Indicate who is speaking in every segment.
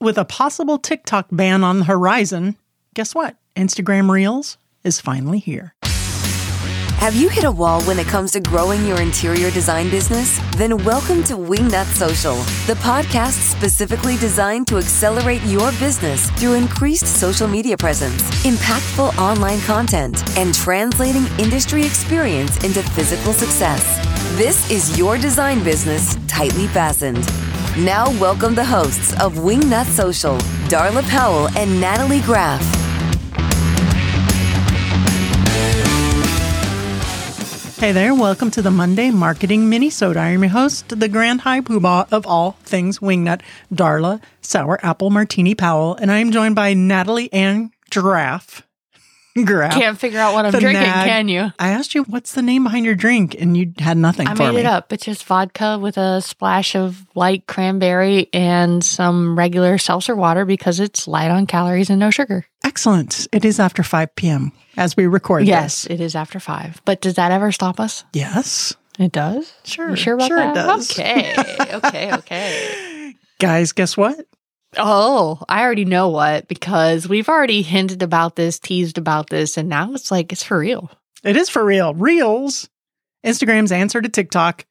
Speaker 1: with a possible TikTok ban on the horizon, guess what? Instagram Reels is finally here.
Speaker 2: Have you hit a wall when it comes to growing your interior design business? Then welcome to Wingnut Social, the podcast specifically designed to accelerate your business through increased social media presence, impactful online content, and translating industry experience into physical success. This is your design business tightly fastened. Now, welcome the hosts of Wingnut Social, Darla Powell and Natalie Graff.
Speaker 1: Hey there, welcome to the Monday Marketing Minisode. I am your host, the grand high poobah of all things wingnut, Darla Sour Apple Martini Powell, and I am joined by Natalie Ann Giraffe. Giraffe.
Speaker 3: Can't figure out what I'm
Speaker 1: The
Speaker 3: drinking,
Speaker 1: nag.
Speaker 3: can you?
Speaker 1: I asked you what's the name behind your drink, and you had nothing
Speaker 3: I
Speaker 1: for
Speaker 3: made
Speaker 1: me.
Speaker 3: it up. It's just vodka with a splash of light cranberry and some regular seltzer water because it's light on calories and no sugar.
Speaker 1: Excellent. It is after 5 p.m. as we record
Speaker 3: Yes,
Speaker 1: this.
Speaker 3: it is after five. But does that ever stop us?
Speaker 1: Yes.
Speaker 3: It does.
Speaker 1: Sure.
Speaker 3: You sure about
Speaker 1: sure
Speaker 3: that?
Speaker 1: it does.
Speaker 3: Okay. Okay. Okay.
Speaker 1: Guys, guess what?
Speaker 3: oh, I already know what because we've already hinted about this, teased about this, and now it's like it's for real.
Speaker 1: It is for real. Reels, Instagram's answer to TikTok,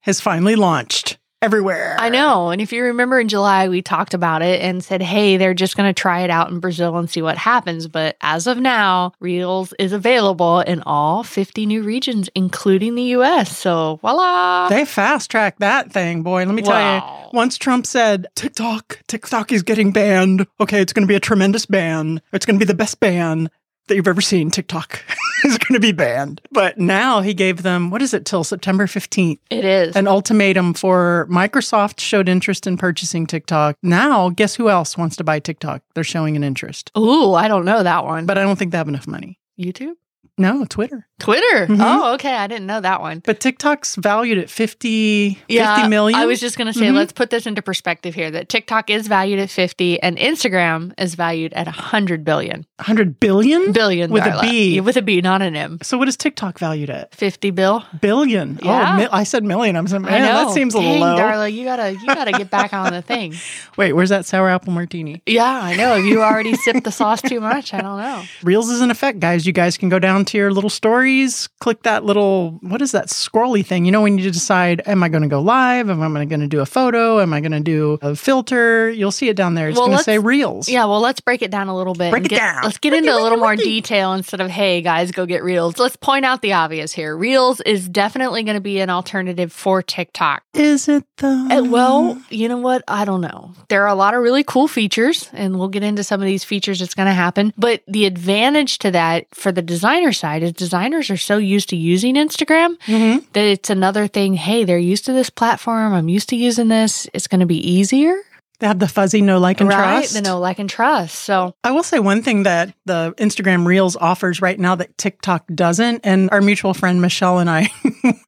Speaker 1: has finally launched everywhere.
Speaker 3: I know. And if you remember in July, we talked about it and said, hey, they're just going to try it out in Brazil and see what happens. But as of now, Reels is available in all 50 new regions, including the US. So voila.
Speaker 1: They fast tracked that thing, boy. Let me tell
Speaker 3: Wow.
Speaker 1: you. Once Trump said TikTok, TikTok is getting banned. Okay, it's going to be a tremendous ban. It's going to be the best ban that you've ever seen. TikTok is going to be banned. But now he gave them what is it till September fifteenth?
Speaker 3: it is.
Speaker 1: An ultimatum for Microsoft showed interest in purchasing TikTok. Now, guess who else wants to buy TikTok? They're showing an interest,
Speaker 3: Ooh, I don't know that one. But
Speaker 1: but I don't think they have enough money.
Speaker 3: YouTube?
Speaker 1: No, Twitter.
Speaker 3: Twitter.
Speaker 1: Mhm.
Speaker 3: Oh, okay. I didn't know that one.
Speaker 1: But TikTok's valued at 50, 50 million.
Speaker 3: I was just going to say,
Speaker 1: Mhm.
Speaker 3: let's put this into perspective here that TikTok is valued at 50 and Instagram is valued at 100 billion.
Speaker 1: 100 billion?
Speaker 3: Billion.
Speaker 1: With a
Speaker 3: Darla.
Speaker 1: B.
Speaker 3: Yeah, With a B, not an M.
Speaker 1: So what is TikTok valued at?
Speaker 3: 50 bill.
Speaker 1: Billion.
Speaker 3: Yeah.
Speaker 1: Oh, mi- I said million. I'm saying,
Speaker 3: I
Speaker 1: man,
Speaker 3: know.
Speaker 1: that seems a little
Speaker 3: Dang,
Speaker 1: low.
Speaker 3: Darla, you gotta you gotta get back on the thing.
Speaker 1: Wait, where's that sour apple martini?
Speaker 3: Yeah, I know. If you already sipped the sauce too much, I don't know.
Speaker 1: Reels is in effect, guys. You guys can go down to your little stories, click that little, what is that scrolly thing? You know, when you decide, am I going to go live? Am I going to do a photo? Am I going to do a filter? You'll see it down there. It's
Speaker 3: Well,
Speaker 1: going to
Speaker 3: let's-
Speaker 1: say Reels.
Speaker 3: Yeah, well, let's break it down a little bit.
Speaker 1: Break
Speaker 3: and
Speaker 1: it
Speaker 3: get-
Speaker 1: down.
Speaker 3: Let's get into a little more detail instead of hey guys, go get reels. Let's point out the obvious here. Reels is definitely going to be an alternative for TikTok.
Speaker 1: Is it the.
Speaker 3: Uh, well, you know what? I don't know. There are a lot of really cool features, and we'll get into some of these features that's going to happen. But the advantage to that for the designer side is designers are so used to using Instagram
Speaker 1: Mhm.
Speaker 3: that it's another thing. Hey, they're used to this platform. I'm used to using this. It's going to be easier,
Speaker 1: They have the fuzzy no like and
Speaker 3: right?
Speaker 1: trust.
Speaker 3: The no like and trust. So
Speaker 1: I will say one thing that the Instagram Reels offers right now that TikTok doesn't, and our mutual friend Michelle and I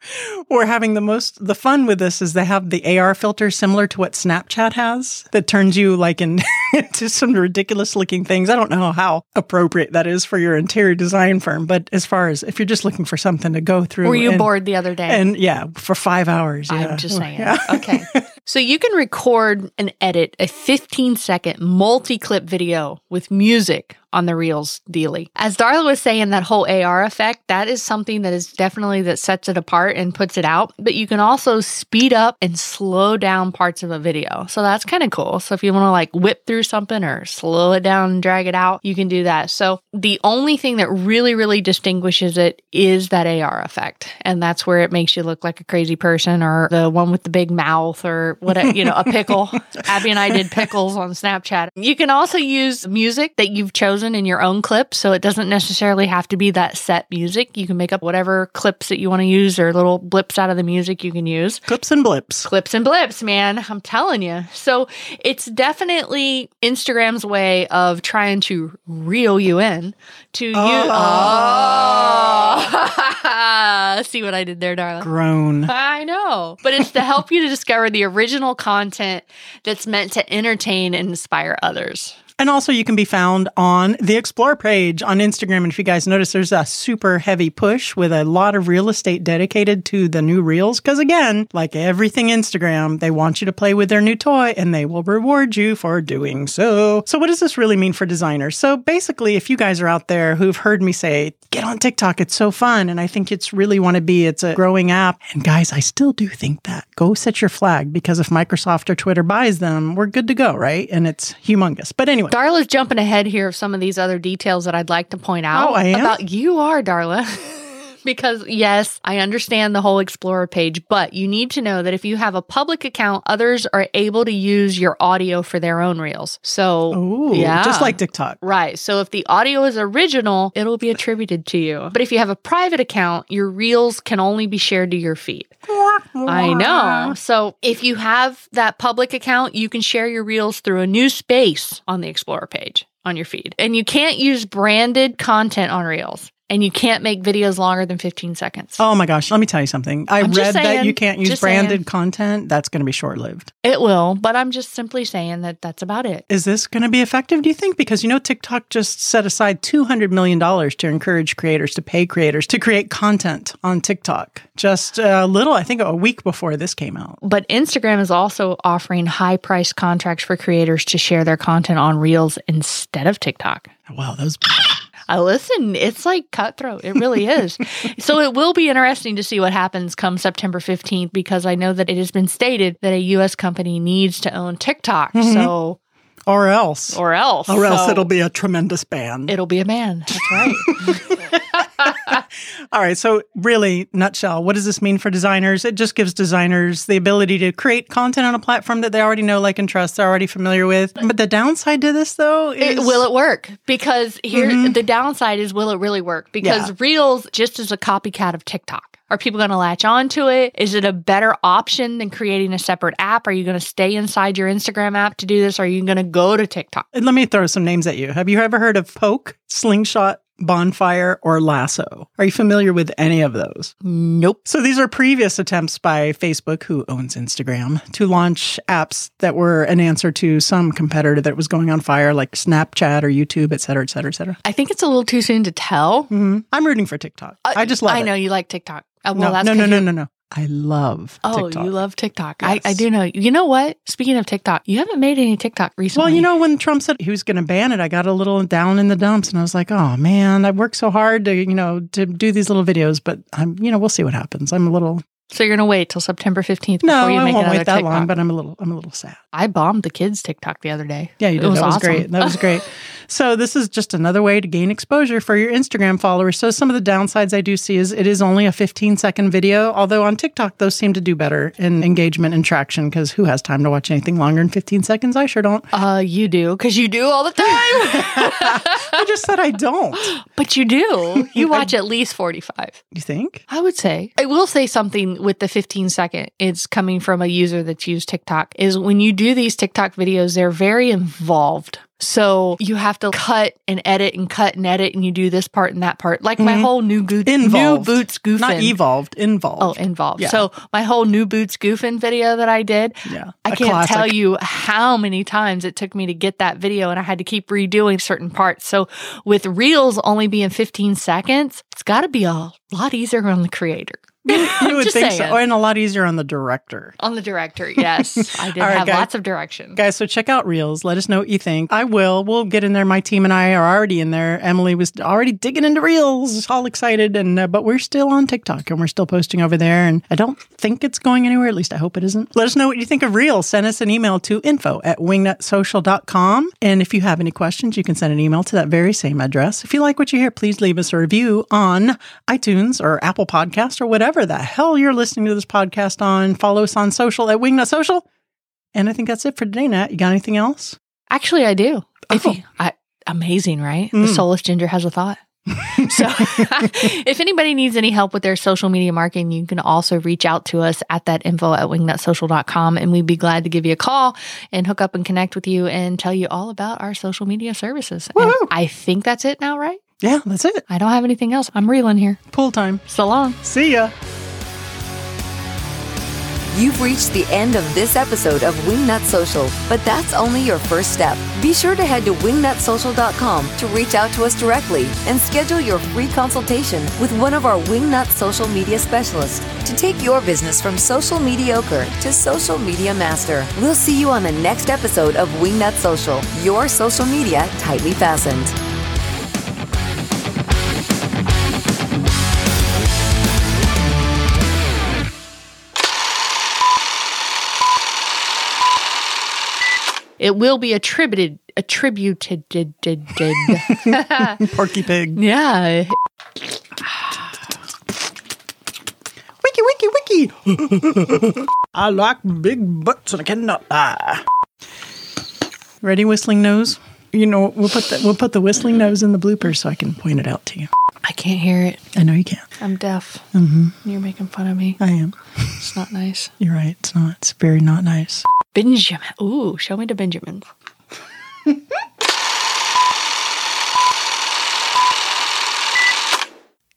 Speaker 1: were having the most the fun with this is they have the AR filter similar to what Snapchat has that turns you like in, into some ridiculous looking things. I don't know how appropriate that is for your interior design firm, but as far as if you're just looking for something to go through,
Speaker 3: were you
Speaker 1: and,
Speaker 3: bored the other day?
Speaker 1: And yeah, for five hours. yeah.
Speaker 3: I'm just saying.
Speaker 1: Yeah.
Speaker 3: Okay. So you can record and edit a 15 second multi clip video with music on the Reels daily. As Darla was saying, that whole AR effect, that is something that is definitely that sets it apart and puts it out. But you can also speed up and slow down parts of a video. So that's kind of cool. So if you want to like whip through something or slow it down and drag it out, you can do that. So the only thing that really, really distinguishes it is that AR effect. And that's where it makes you look like a crazy person or the one with the big mouth or what, you know, a pickle. Abby and I did pickles on Snapchat. You can also use music that you've chosen in your own clip. So it doesn't necessarily have to be that set music. You can make up whatever clips that you want to use or little blips out of the music you can use
Speaker 1: Clips and blips.
Speaker 3: clips and blips, man. I'm telling you. So it's definitely Instagram's way of trying to reel you in to you. Oh. See what I did there, darling.
Speaker 1: Groan.
Speaker 3: I know. But it's to help you to discover the original content that's meant to entertain and inspire others.
Speaker 1: And also, you can be found on the Explore page on Instagram. And if you guys notice, there's a super heavy push with a lot of real estate dedicated to the new reels. Because again, like everything Instagram, they want you to play with their new toy and they will reward you for doing so. So, what does this really mean for designers? So, basically, if you guys are out there who've heard me say, get on TikTok, it's so fun. And I think it's really want to be, it's a growing app. And guys, I still do think that. Go set your flag because if Microsoft or Twitter buys them, we're good to go, right? And it's humongous. But anyway.
Speaker 3: Darla's jumping ahead here of some of these other details that I'd like to point out.
Speaker 1: Oh, I am?
Speaker 3: About you are, Darla. because yes, I understand the whole Explorer page, but you need to know that if you have a public account, others are able to use your audio for their own reels. So,
Speaker 1: Ooh,
Speaker 3: yeah.
Speaker 1: just like TikTok.
Speaker 3: Right. So if the audio is original, it'll be attributed to you. But if you have a private account, your reels can only be shared to your feed. I know. So if you have that public account, you can share your reels through a new space on the Explorer page on your feed. And you can't use branded content on reels. And you can't make videos longer than 15 seconds.
Speaker 1: Oh my gosh, let me tell you something. I
Speaker 3: I'm just
Speaker 1: read that
Speaker 3: saying,
Speaker 1: you can't use
Speaker 3: just saying.
Speaker 1: branded content. That's going to be short lived.
Speaker 3: It will, but I'm just simply saying that that's about it.
Speaker 1: Is this going to be effective, do you think? Because you know, TikTok just set aside $200 million to encourage creators, to pay creators to create content on TikTok. Just a little, I think a week before this came out.
Speaker 3: But Instagram is also offering high priced contracts for creators to share their content on reels instead of TikTok.
Speaker 1: Wow, those.
Speaker 3: I listen, it's like cutthroat. It really is. so it will be interesting to see what happens come September 15th because I know that it has been stated that a US company needs to own TikTok. So
Speaker 1: Or else. Or,
Speaker 3: Mm-hmm. or else.
Speaker 1: else
Speaker 3: So
Speaker 1: it'll be a tremendous ban.
Speaker 3: it'll be a man. That's right.
Speaker 1: All right. So, really, nutshell, what does this mean for designers? It just gives designers the ability to create content on a platform that they already know, like, and trust, they're already familiar with. But the downside to this, though, is
Speaker 3: It- will it work? Because here the downside is will it really work? Because
Speaker 1: Yeah.
Speaker 3: Reels just is a copycat of TikTok. Are people going to latch on to it? Is it a better option than creating a separate app? Are you going to stay inside your Instagram app to do this? Are you going to go to TikTok?
Speaker 1: And let me throw some names at you. Have you ever heard of Poke, Slingshot, Bonfire, or Lasso? Are you familiar with any of those?
Speaker 3: Nope.
Speaker 1: So these are previous attempts by Facebook, who owns Instagram, to launch apps that were an answer to some competitor that was going on fire, like Snapchat or YouTube, et cetera, et cetera, et cetera.
Speaker 3: I think it's a little too soon to tell.
Speaker 1: Mhm. I'm rooting for TikTok. I just love
Speaker 3: Uh, I
Speaker 1: it.
Speaker 3: know you like TikTok. Uh, well,
Speaker 1: No,
Speaker 3: that's
Speaker 1: no, no,
Speaker 3: 'cause
Speaker 1: no,
Speaker 3: you-
Speaker 1: no, no. I love
Speaker 3: Oh,
Speaker 1: TikTok.
Speaker 3: you love TikTok.
Speaker 1: Yes.
Speaker 3: I, I do know. You know what? Speaking of TikTok, you haven't made any TikTok recently.
Speaker 1: well, you know, when Trump said he was going to ban it, I got a little down in the dumps and I was like, oh man, I worked so hard to, you know, to do these little videos, but I'm, you know, we'll see what happens. I'm a little,
Speaker 3: So you're gonna wait till September 15th
Speaker 1: no,
Speaker 3: before you
Speaker 1: I
Speaker 3: make
Speaker 1: won't
Speaker 3: another
Speaker 1: wait that
Speaker 3: TikTok.
Speaker 1: long, but I'm a little, I'm a little sad.
Speaker 3: I bombed the kids TikTok the other day.
Speaker 1: Yeah, you
Speaker 3: It
Speaker 1: did. that was
Speaker 3: awesome.
Speaker 1: great. That was great. so this is just another way to gain exposure for your Instagram followers. So some of the downsides I do see is it is only a 15 second video, although on TikTok those seem to do better in engagement and traction because who has time to watch anything longer than 15 seconds? I sure don't.
Speaker 3: Uh, you do because you do all the time.
Speaker 1: I just said I don't.
Speaker 3: but you do. You watch at least 45.
Speaker 1: You think?
Speaker 3: I would say. I will say something with the 15 second. It's coming from a user that's used TikTok is when you do these TikTok videos, they're very involved. So you have to cut and edit and cut and edit and you do this part and that part. Like my whole new, goo- new
Speaker 1: Involved.
Speaker 3: boots goofing.
Speaker 1: Not evolved,
Speaker 3: Oh,
Speaker 1: involved.
Speaker 3: involved.
Speaker 1: Yeah.
Speaker 3: So my whole new boots goofing video that I did,
Speaker 1: yeah.
Speaker 3: I
Speaker 1: A
Speaker 3: can't
Speaker 1: classic.
Speaker 3: tell you how many times it took me to get that video and I had to keep redoing certain parts. So with reels only being 15 seconds, it's got to be a lot easier on the creator.
Speaker 1: You would
Speaker 3: just
Speaker 1: think
Speaker 3: saying.
Speaker 1: so. And a lot easier on the director.
Speaker 3: On the director, yes. I did
Speaker 1: All right,
Speaker 3: have
Speaker 1: guys.
Speaker 3: lots of direction.
Speaker 1: Guys, so check out Reels. Let us know what you think. I will. We'll get in there. My team and I are already in there. Emily was already digging into Reels, all excited, and uh, but we're still on TikTok and we're still posting over there. And I don't think it's going anywhere. At least I hope it isn't. Let us know what you think of Reels. Send us an email to info at wingnutsocial.com. And if you have any questions, you can send an email to that very same address. If you like what you hear, please leave us a review on iTunes or Apple Podcast or whatever the hell you're listening to this podcast on. Follow us on social at Wingnut Social. And I think that's it for today, Nat. You got anything else?
Speaker 3: Actually, I do. If
Speaker 1: Oh.
Speaker 3: you, I, amazing, right?
Speaker 1: Mm.
Speaker 3: The soulless ginger has a thought. so, if anybody needs any help with their social media marketing, you can also reach out to us at that info at wingnutsocial.com. And we'd be glad to give you a call and hook up and connect with you and tell you all about our social media services. And
Speaker 1: Woohoo.
Speaker 3: I think that's it now, right?
Speaker 1: Yeah, that's it.
Speaker 3: I don't have anything else. I'm reeling here.
Speaker 1: Pool time.
Speaker 3: So long.
Speaker 1: See ya.
Speaker 2: You've reached the end of this episode of Wingnut Social, but that's only your first step. Be sure to head to wingnutsocial.com to reach out to us directly and schedule your free consultation with one of our Wingnut social media specialists to take your business from social mediocre to social media master. We'll see you on the next episode of Wingnut Social, your social media tightly fastened.
Speaker 3: It will be attributed attributed did did did.
Speaker 1: Porky pig.
Speaker 3: yeah.
Speaker 1: Wiki, wiki, wiki. I like big butts and I cannot lie. Ready, whistling nose? You know, we'll put the, we'll put the whistling nose in the bloopers so I can point it out to you.
Speaker 3: I can't hear it. Mm-hmm.
Speaker 1: I know you can.
Speaker 3: I'm deaf. You're making fun of me.
Speaker 1: I am.
Speaker 3: It's not nice.
Speaker 1: You're right. It's not. It's very not nice.
Speaker 3: Benjamin. Ooh, show me the Benjamin.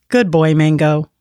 Speaker 1: Good boy, Mango.